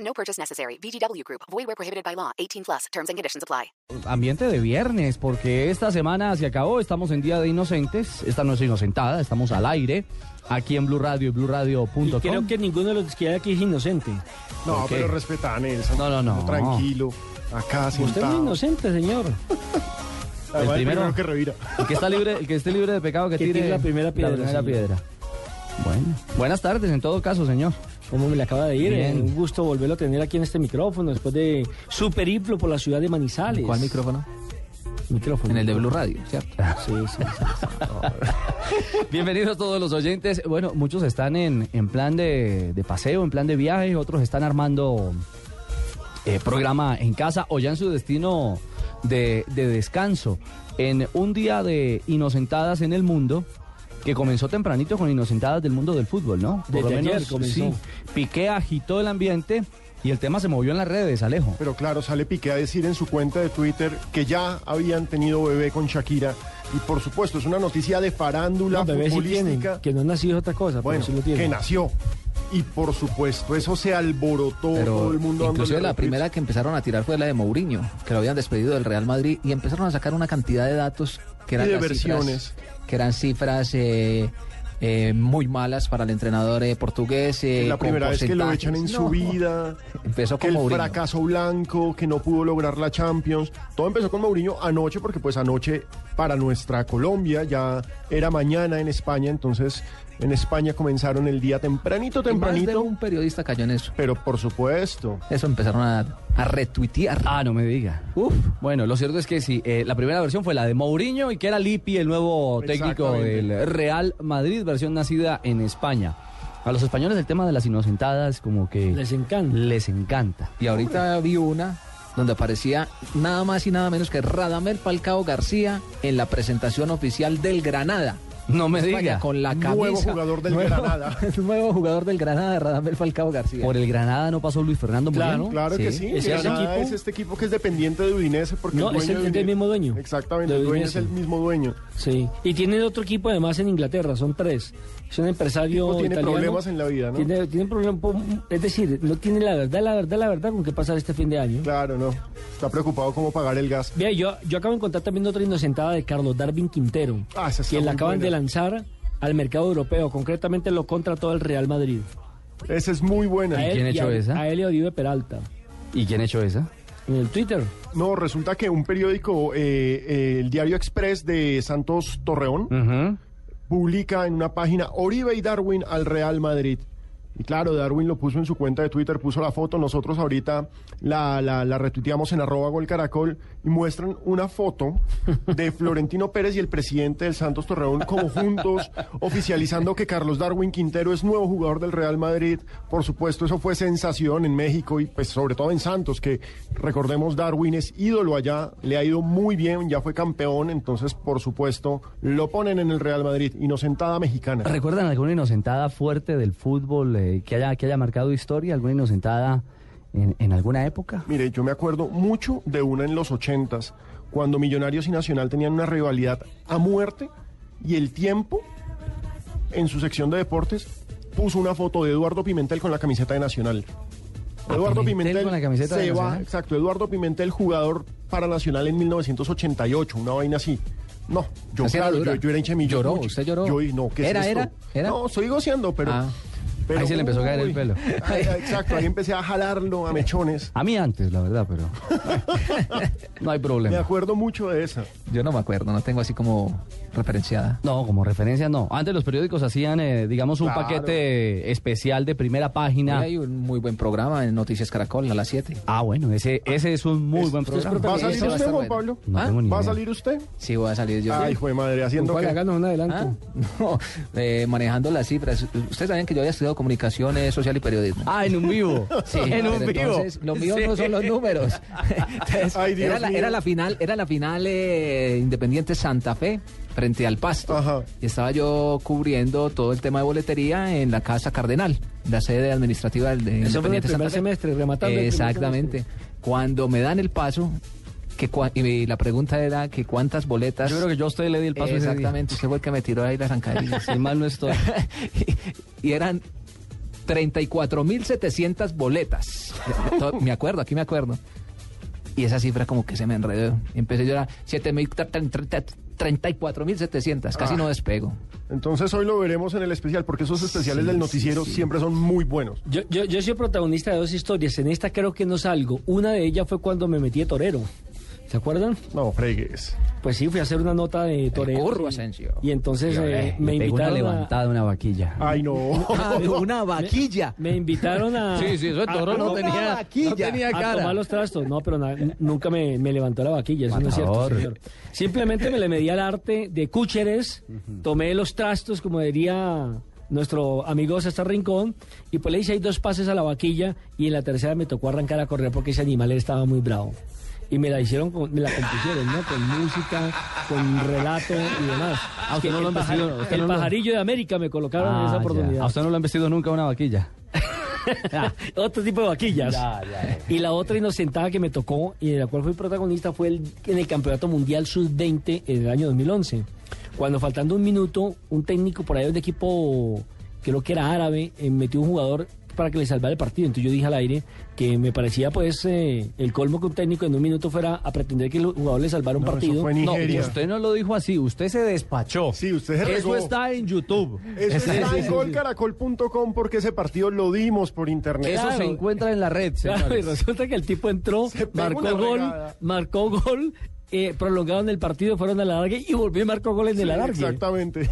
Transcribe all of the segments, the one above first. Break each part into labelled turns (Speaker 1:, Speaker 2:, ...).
Speaker 1: No purchase necessary. VGW Group. Void where prohibited by law. 18 plus. Terms and conditions apply.
Speaker 2: Ambiente de viernes, porque esta semana se acabó, estamos en Día de Inocentes, esta no es Inocentada, estamos al aire, aquí en Blue Radio y
Speaker 3: Y creo
Speaker 2: BlueRadio.com.
Speaker 3: que ninguno de los que hay aquí es inocente.
Speaker 4: No,
Speaker 2: Ok.
Speaker 4: pero respetan esa.
Speaker 2: No, no, no.
Speaker 4: Tranquilo. Acá
Speaker 3: Usted no es
Speaker 4: sentado.
Speaker 3: inocente, señor.
Speaker 4: Además,
Speaker 2: El
Speaker 4: el
Speaker 2: primero.
Speaker 4: primero. que revira.
Speaker 2: El que, está libre, el que esté libre de pecado que,
Speaker 3: Que
Speaker 2: tire,
Speaker 3: tire la primera piedra,
Speaker 2: primera
Speaker 3: señor.
Speaker 2: piedra. Bueno, buenas tardes en todo caso, señor.
Speaker 3: Como me le acaba de ir,
Speaker 2: Bien.
Speaker 3: eh, un gusto volverlo a tener aquí en este micrófono después de su periplo por la ciudad de Manizales.
Speaker 5: ¿Cuál micrófono?
Speaker 3: micrófono?
Speaker 5: En el de Blue Radio, ¿cierto?
Speaker 3: Sí, sí, sí.
Speaker 2: Bienvenidos todos los oyentes. Bueno, muchos están en, en plan de, de paseo, en plan de viaje, otros están armando eh, programa en casa o ya en su destino de, de descanso. En un día de inocentadas en el mundo, que comenzó tempranito con inocentadas del mundo del fútbol, ¿no?
Speaker 3: Desde ayer comenzó.
Speaker 2: sí, Piqué agitó el ambiente y el tema se movió en las redes, Alejo.
Speaker 4: Pero claro, sale Piqué a decir en su cuenta de Twitter que ya habían tenido bebé con Shakira. Y por supuesto, es una noticia de farándula
Speaker 3: No, bebé sí tienen,
Speaker 4: futbolística.
Speaker 3: que no han nacido es otra cosa,
Speaker 4: bueno,
Speaker 3: pero sí lo
Speaker 4: que
Speaker 3: tienen.
Speaker 4: nació. Y por supuesto, eso se alborotó todo
Speaker 5: Pero
Speaker 4: el mundo.
Speaker 5: inclusive
Speaker 4: dándole
Speaker 5: la
Speaker 4: retweets.
Speaker 5: primera que empezaron a tirar fue la de Mourinho, que lo habían despedido del Real Madrid y empezaron a sacar una cantidad de datos que eran
Speaker 4: Y de
Speaker 5: las
Speaker 4: versiones.
Speaker 5: cifras, que eran cifras eh, eh, muy malas para el entrenador eh, portugués. eh,
Speaker 4: Que la
Speaker 5: con
Speaker 4: primera vez que lo
Speaker 5: porcentajes.
Speaker 4: echan en su
Speaker 5: No.
Speaker 4: vida.
Speaker 5: Empezó
Speaker 4: que
Speaker 5: con
Speaker 4: el
Speaker 5: Mourinho.
Speaker 4: fracaso blanco, que no pudo lograr la Champions. Todo empezó con Mourinho anoche, porque pues anoche para nuestra Colombia ya era mañana en España, entonces en España comenzaron el día tempranito,
Speaker 5: Y Más de
Speaker 4: tempranito.
Speaker 5: un periodista cayó en eso.
Speaker 4: Pero por supuesto,
Speaker 5: Eso empezaron a, a retuitear.
Speaker 2: Ah, no me diga. Uf. Bueno, lo cierto es que sí, eh, la primera versión fue la de Mourinho y que era Lippi, el nuevo técnico
Speaker 4: Exactamente.
Speaker 2: del Real Madrid, versión nacida en España. A los españoles el tema de las inocentadas como que
Speaker 3: Les encanta.
Speaker 2: les encanta.
Speaker 5: Y ahorita vi una donde aparecía nada más y nada menos que Radamel Palcao García en la presentación oficial del Granada.
Speaker 2: No me
Speaker 5: España,
Speaker 2: diga.
Speaker 5: Con la camisa.
Speaker 4: nuevo jugador del
Speaker 5: Nuevo-
Speaker 4: Granada.
Speaker 5: nuevo jugador del Granada, Radamel Falcao García.
Speaker 2: Por el Granada no pasó Luis Fernando
Speaker 5: Claro,
Speaker 2: Muriel.
Speaker 4: Claro que sí,
Speaker 3: ¿Es ese
Speaker 4: Granada
Speaker 3: equipo?
Speaker 4: es este equipo que es dependiente de Udinese porque
Speaker 3: No, es
Speaker 4: dueño
Speaker 3: el-
Speaker 4: de
Speaker 3: es del
Speaker 4: Udinese-
Speaker 3: mismo dueño.
Speaker 4: Exactamente,
Speaker 3: De
Speaker 4: el dueño es
Speaker 3: Udinese.
Speaker 4: el mismo dueño.
Speaker 3: Sí. Y tiene otro equipo además en Inglaterra, son tres. Es un empresario
Speaker 4: Tipo, tiene
Speaker 3: italiano.
Speaker 4: problemas en la vida, ¿no?
Speaker 3: Tiene, tiene problemas, es decir, no tiene la verdad, la verdad, la verdad con qué pasar este fin de año.
Speaker 4: Claro, no. Está preocupado cómo pagar el gas.
Speaker 3: Vea, yo, yo acabo de encontrar también otra inocentada de Carlos Darwin Quintero,
Speaker 4: Ah, esa está
Speaker 3: que
Speaker 4: muy
Speaker 3: la acaban
Speaker 4: buena.
Speaker 3: de lanzar al mercado europeo, concretamente lo contrató el Real Madrid.
Speaker 4: Esa es muy buena.
Speaker 3: A él
Speaker 2: quién ha hecho
Speaker 3: a,
Speaker 2: esa?
Speaker 3: A él y a Oribe Peralta,
Speaker 2: ¿Y quién echó esa?
Speaker 3: en el Twitter.
Speaker 4: No, resulta que un periódico, eh, eh, el Diario Express de Santos Torreón,
Speaker 5: Mm.
Speaker 4: publica en una página Oribe y Darwin al Real Madrid. Y claro, Darwin lo puso en su cuenta de Twitter, puso la foto, nosotros ahorita la, la, la retuiteamos en arroba gol caracol y muestran una foto de Florentino Pérez y el presidente del Santos Torreón como juntos, oficializando que Carlos Darwin Quintero es nuevo jugador del Real Madrid. Por supuesto, eso fue sensación en México y pues sobre todo en Santos, que recordemos Darwin es ídolo allá, le ha ido muy bien, ya fue campeón, entonces por supuesto lo ponen en el Real Madrid, inocentada mexicana.
Speaker 2: ¿Recuerdan alguna inocentada fuerte del fútbol eh, que, haya, que haya marcado historia? ¿Alguna inocentada en, en alguna época?
Speaker 4: Mire, yo me acuerdo mucho de una en los ochentas, cuando Millonarios y Nacional tenían una rivalidad a muerte y el tiempo, en su sección de deportes, puso una foto de Eduardo Pimentel con la camiseta de Nacional. Eduardo
Speaker 2: Ah, Pimentel
Speaker 4: Pimentel,
Speaker 2: con la camiseta
Speaker 4: se
Speaker 2: de
Speaker 4: va,
Speaker 2: Nacional.
Speaker 4: exacto, Eduardo Pimentel, jugador para Nacional en 1988, una vaina así. No, yo,
Speaker 5: Así era
Speaker 4: claro,
Speaker 5: dura.
Speaker 4: yo, yo era hincha de Millonarios.
Speaker 5: Lloró, usted lloró.
Speaker 4: Yo, no, ¿qué es
Speaker 5: Era,
Speaker 4: esto?
Speaker 5: era, era.
Speaker 4: No, estoy goceando, pero...
Speaker 5: Ah.
Speaker 4: pero-
Speaker 2: Ahí se le empezó a caer el
Speaker 4: uy.
Speaker 2: pelo.
Speaker 4: Ay, ay, exacto, ahí empecé a jalarlo a mechones.
Speaker 2: A mí antes, la verdad, pero no hay
Speaker 4: Me
Speaker 2: problema.
Speaker 4: acuerdo mucho de esa.
Speaker 5: Yo no me acuerdo, no tengo así como referenciada.
Speaker 2: No, como referencia no. Antes los periódicos hacían, eh, digamos, un
Speaker 4: Claro.
Speaker 2: paquete especial de primera página.
Speaker 5: Hoy hay un muy buen programa en Noticias Caracol a las 7.
Speaker 2: Ah, bueno, ese, ese es un muy
Speaker 4: Es-
Speaker 2: buen
Speaker 4: usted es
Speaker 2: programa.
Speaker 4: ¿Va a
Speaker 5: Eso
Speaker 4: salir
Speaker 5: va a
Speaker 4: usted,
Speaker 5: estar
Speaker 4: Juan
Speaker 5: bueno.
Speaker 4: Pablo?
Speaker 2: No
Speaker 5: ¿Ah?
Speaker 2: tengo Pues ni
Speaker 4: ¿Va a
Speaker 2: idea.
Speaker 4: salir usted?
Speaker 5: Sí, voy a salir yo. ¿Ah?
Speaker 4: Ay,
Speaker 5: sí.
Speaker 4: hijo de madre, haciendo
Speaker 3: ¿Cuál?
Speaker 4: que...
Speaker 3: Háganos un adelanto.
Speaker 5: Ah, No, eh, manejando las cifras. Ustedes sabían que yo había estudiado Toledo, Comunicaciones Social y Periodismo.
Speaker 2: Ah, en un vivo. Sí, en
Speaker 5: Pero
Speaker 2: un vivo.
Speaker 5: Entonces, lo mío no son los números. Entonces,
Speaker 4: Ay, Dios
Speaker 5: era, la,
Speaker 4: mío.
Speaker 5: era la final, era la final eh, Independiente Santa Fe frente al Pasto.
Speaker 4: Ajá.
Speaker 5: Y estaba yo cubriendo todo el tema de boletería en la Casa Cardenal, la sede administrativa del de
Speaker 3: Eso fue en el
Speaker 5: Independiente Santa
Speaker 3: primer
Speaker 5: Fe.
Speaker 3: semestre, rematando el primer
Speaker 5: Exactamente. Cuando me dan el paso, que cua- y la pregunta era que cuántas boletas.
Speaker 2: Yo creo que yo a usted le di el paso ese día.
Speaker 5: Exactamente, usted fue el que me tiró ahí las zancadillas.
Speaker 2: Si mal no estoy.
Speaker 5: y y eran 34.700 boletas. To- Me acuerdo, aquí me acuerdo. Y esa cifra como que se me enredó. Y empecé yo a 7.034.700, casi no despego.
Speaker 4: Entonces hoy lo veremos en el especial, porque esos especiales del noticiero siempre son muy buenos.
Speaker 3: Yo, yo, yo soy protagonista de dos historias. En esta creo que no salgo. Una de ellas fue cuando me metí de torero. ¿Se acuerdan?
Speaker 4: No, fregues.
Speaker 3: Pues sí, fui a hacer una nota de torero.
Speaker 5: Curro
Speaker 3: y-
Speaker 5: Asensio.
Speaker 3: Y entonces eh,
Speaker 2: Eh,
Speaker 3: me
Speaker 2: le pegó una
Speaker 3: invitaron. a-
Speaker 2: levantada, una vaquilla.
Speaker 4: Ay, no.
Speaker 5: una vaquilla.
Speaker 3: me invitaron a.
Speaker 2: eso
Speaker 3: a- a-
Speaker 5: no tenía- no tenía
Speaker 3: A tomar los trastos, no, pero na- nunca me, me levantó la vaquilla, eso no es cierto,
Speaker 2: Matador.
Speaker 3: señor. Simplemente me le medí al arte de cúcheres, tomé los trastos, como diría nuestro amigo César Rincón, y pues le hice ahí dos pases a la vaquilla, y en la tercera me tocó arrancar a correr porque ese animal estaba muy bravo. Y me la hicieron, con- me la compusieron, ¿no? Con música, con relato y demás.
Speaker 2: Ah, usted
Speaker 3: Que
Speaker 2: no
Speaker 3: el
Speaker 2: lo han
Speaker 3: pajar-
Speaker 2: vestido, usted
Speaker 3: el
Speaker 2: no lo-
Speaker 3: pajarillo de América me colocaron en
Speaker 2: Ah,
Speaker 3: esa
Speaker 2: ya.
Speaker 3: oportunidad.
Speaker 2: A usted no lo han vestido nunca una vaquilla.
Speaker 3: Otro tipo de vaquillas.
Speaker 2: Ya, ya,
Speaker 3: Y la otra inocentada que me tocó y de la cual fui protagonista fue el- en el Campeonato Mundial Sub-20 en el año 2011. Cuando faltando un minuto, un técnico por ahí de un equipo, creo que era árabe, eh, metió un jugador para que le salvara el partido. Entonces yo dije al aire que me parecía pues eh, el colmo que un técnico en un minuto fuera a pretender que el jugador le salvara un
Speaker 4: No, eso
Speaker 3: partido.
Speaker 4: fue
Speaker 2: No,
Speaker 4: Nigeria.
Speaker 2: usted no lo dijo así, usted se despachó.
Speaker 4: Sí, usted se
Speaker 2: Eso
Speaker 4: regó.
Speaker 2: está en YouTube.
Speaker 4: Eso
Speaker 2: Ese-
Speaker 4: está en
Speaker 2: ese-
Speaker 4: golcaracol.com porque ese partido lo dimos por internet.
Speaker 2: Eso se
Speaker 3: Claro.
Speaker 2: encuentra en la red,
Speaker 3: Claro, y
Speaker 2: señores.
Speaker 3: resulta que el tipo entró,
Speaker 4: Se pega una
Speaker 3: marcó gol,
Speaker 4: regada.
Speaker 3: marcó gol, eh, prolongaron el partido, fueron a la larga y volvió y marcó gol en
Speaker 4: Sí,
Speaker 3: el alargue.
Speaker 4: Exactamente.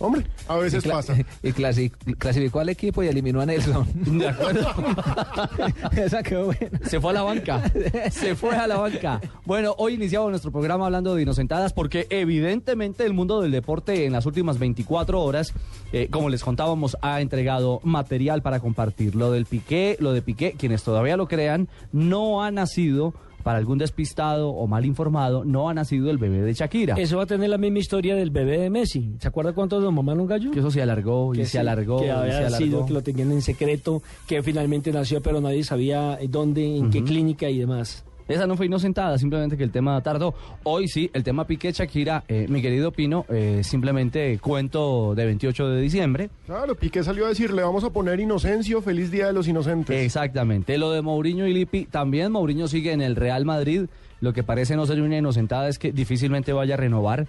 Speaker 4: Hombre, a veces
Speaker 5: Cla-
Speaker 4: pasa.
Speaker 5: Y clasi- clasificó al equipo y eliminó a Nelson.
Speaker 2: De acuerdo.
Speaker 5: Esa quedó buena.
Speaker 2: Se fue a la banca. Se fue a la banca. Bueno, hoy iniciamos nuestro programa hablando de inocentadas porque evidentemente el mundo del deporte en las últimas 24 horas, eh, como les contábamos, ha entregado material para compartir. Lo del Piqué, lo de Piqué, quienes todavía lo crean, no ha nacido, para algún despistado o mal informado, no ha nacido el bebé de Shakira.
Speaker 3: Eso va a tener la misma historia del bebé de Messi. ¿Se acuerda cuánto nos mamaron un gallo?
Speaker 2: que eso se alargó y
Speaker 3: Que
Speaker 2: se
Speaker 3: sí,
Speaker 2: alargó
Speaker 3: Que
Speaker 2: y se
Speaker 3: había
Speaker 2: alargó.
Speaker 3: sido, que lo tenían en secreto, que finalmente nació, pero nadie sabía eh, dónde, en qué clínica y demás.
Speaker 2: Esa no fue inocentada, simplemente que el tema tardó. Hoy sí, el tema Piqué Shakira, eh, mi querido Pino, eh, simplemente cuento de 28 de diciembre.
Speaker 4: Claro, Piqué salió a decir, le vamos a poner Inocencio, feliz día de los inocentes.
Speaker 2: Exactamente. Lo de Mourinho y Lippi, también Mourinho sigue en el Real Madrid. Lo que parece no ser una inocentada es que difícilmente vaya a renovar.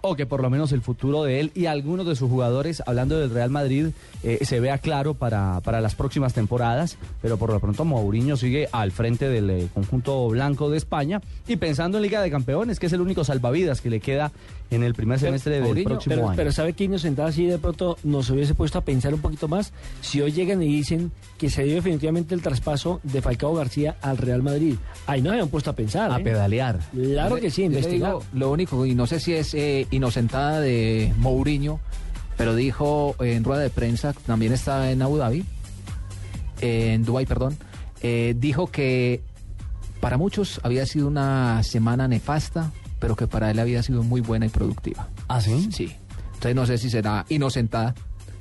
Speaker 2: O que por lo menos el futuro de él y algunos de sus jugadores, hablando del Real Madrid, eh, se vea claro para, para las próximas temporadas. Pero por lo pronto Mourinho sigue al frente del eh, conjunto blanco de España. Y pensando en Liga de Campeones, que es el único salvavidas que le queda en el primer semestre del
Speaker 5: Mourinho,
Speaker 2: próximo
Speaker 3: Pero,
Speaker 2: año.
Speaker 3: pero ¿sabe qué inocentada si de pronto nos hubiese puesto a pensar un poquito más? Si hoy llegan y dicen que se dio definitivamente el traspaso de Falcao García al Real Madrid. Ahí no habían puesto a pensar.
Speaker 2: a
Speaker 3: ¿eh?
Speaker 2: pedalear.
Speaker 3: Claro
Speaker 5: Yo
Speaker 3: que
Speaker 5: le-
Speaker 3: sí,
Speaker 5: yo le
Speaker 3: investigar.
Speaker 5: digo, Lo único, y no sé si es eh, inocentada de Mourinho, pero dijo en rueda de prensa, también está en Abu Dhabi, eh, en Dubai, perdón, eh, dijo que para muchos había sido una semana nefasta, pero que para él había sido muy buena y productiva.
Speaker 2: ¿Ah,
Speaker 3: ¿Mm?
Speaker 2: sí?
Speaker 5: Sí. Entonces no sé si será inocentada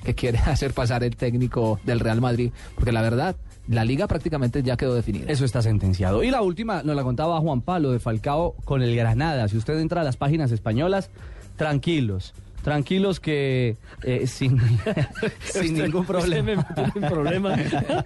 Speaker 5: que quiere hacer pasar el técnico del Real Madrid, porque la verdad, la liga prácticamente ya quedó definida.
Speaker 2: Eso está sentenciado. Y la última nos la contaba Juan Pablo de Falcao con el Granada. Si usted entra a las páginas españolas, tranquilos. Tranquilos que eh, sin, sin ningún problema.
Speaker 3: Este, Usted me metió en problema.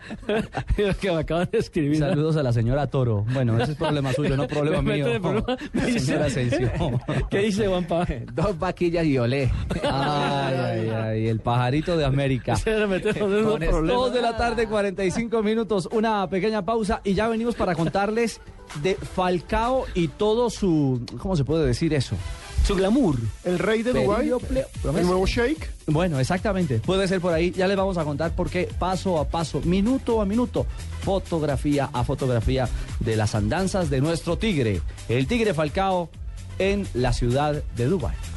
Speaker 3: Lo que me acaban de escribir. ¿no?
Speaker 2: Saludos a la señora Toro. Bueno, ese es problema suyo, no problema
Speaker 3: Me
Speaker 2: mío. Oh,
Speaker 3: meto en problema. Me dice-
Speaker 2: Señora Asensio.
Speaker 3: ¿Qué dice Juan Pablo?
Speaker 5: Dos vaquillas y olé.
Speaker 2: Ay, ay, ay, el pajarito de América.
Speaker 3: Se le metió en unos
Speaker 5: Con esto-
Speaker 3: problemas.
Speaker 2: Dos de la tarde, 45 minutos, una pequeña pausa y ya venimos para contarles de Falcao y todo su, ¿cómo se puede decir eso?
Speaker 3: Su glamour.
Speaker 4: El rey de Dubái,
Speaker 2: Periople-
Speaker 4: el nuevo Sheikh,
Speaker 2: Bueno, exactamente. Puede ser por ahí. Ya les vamos a contar por qué paso a paso, minuto a minuto, fotografía a fotografía de las andanzas de nuestro tigre, el tigre Falcao, en la ciudad de Dubái.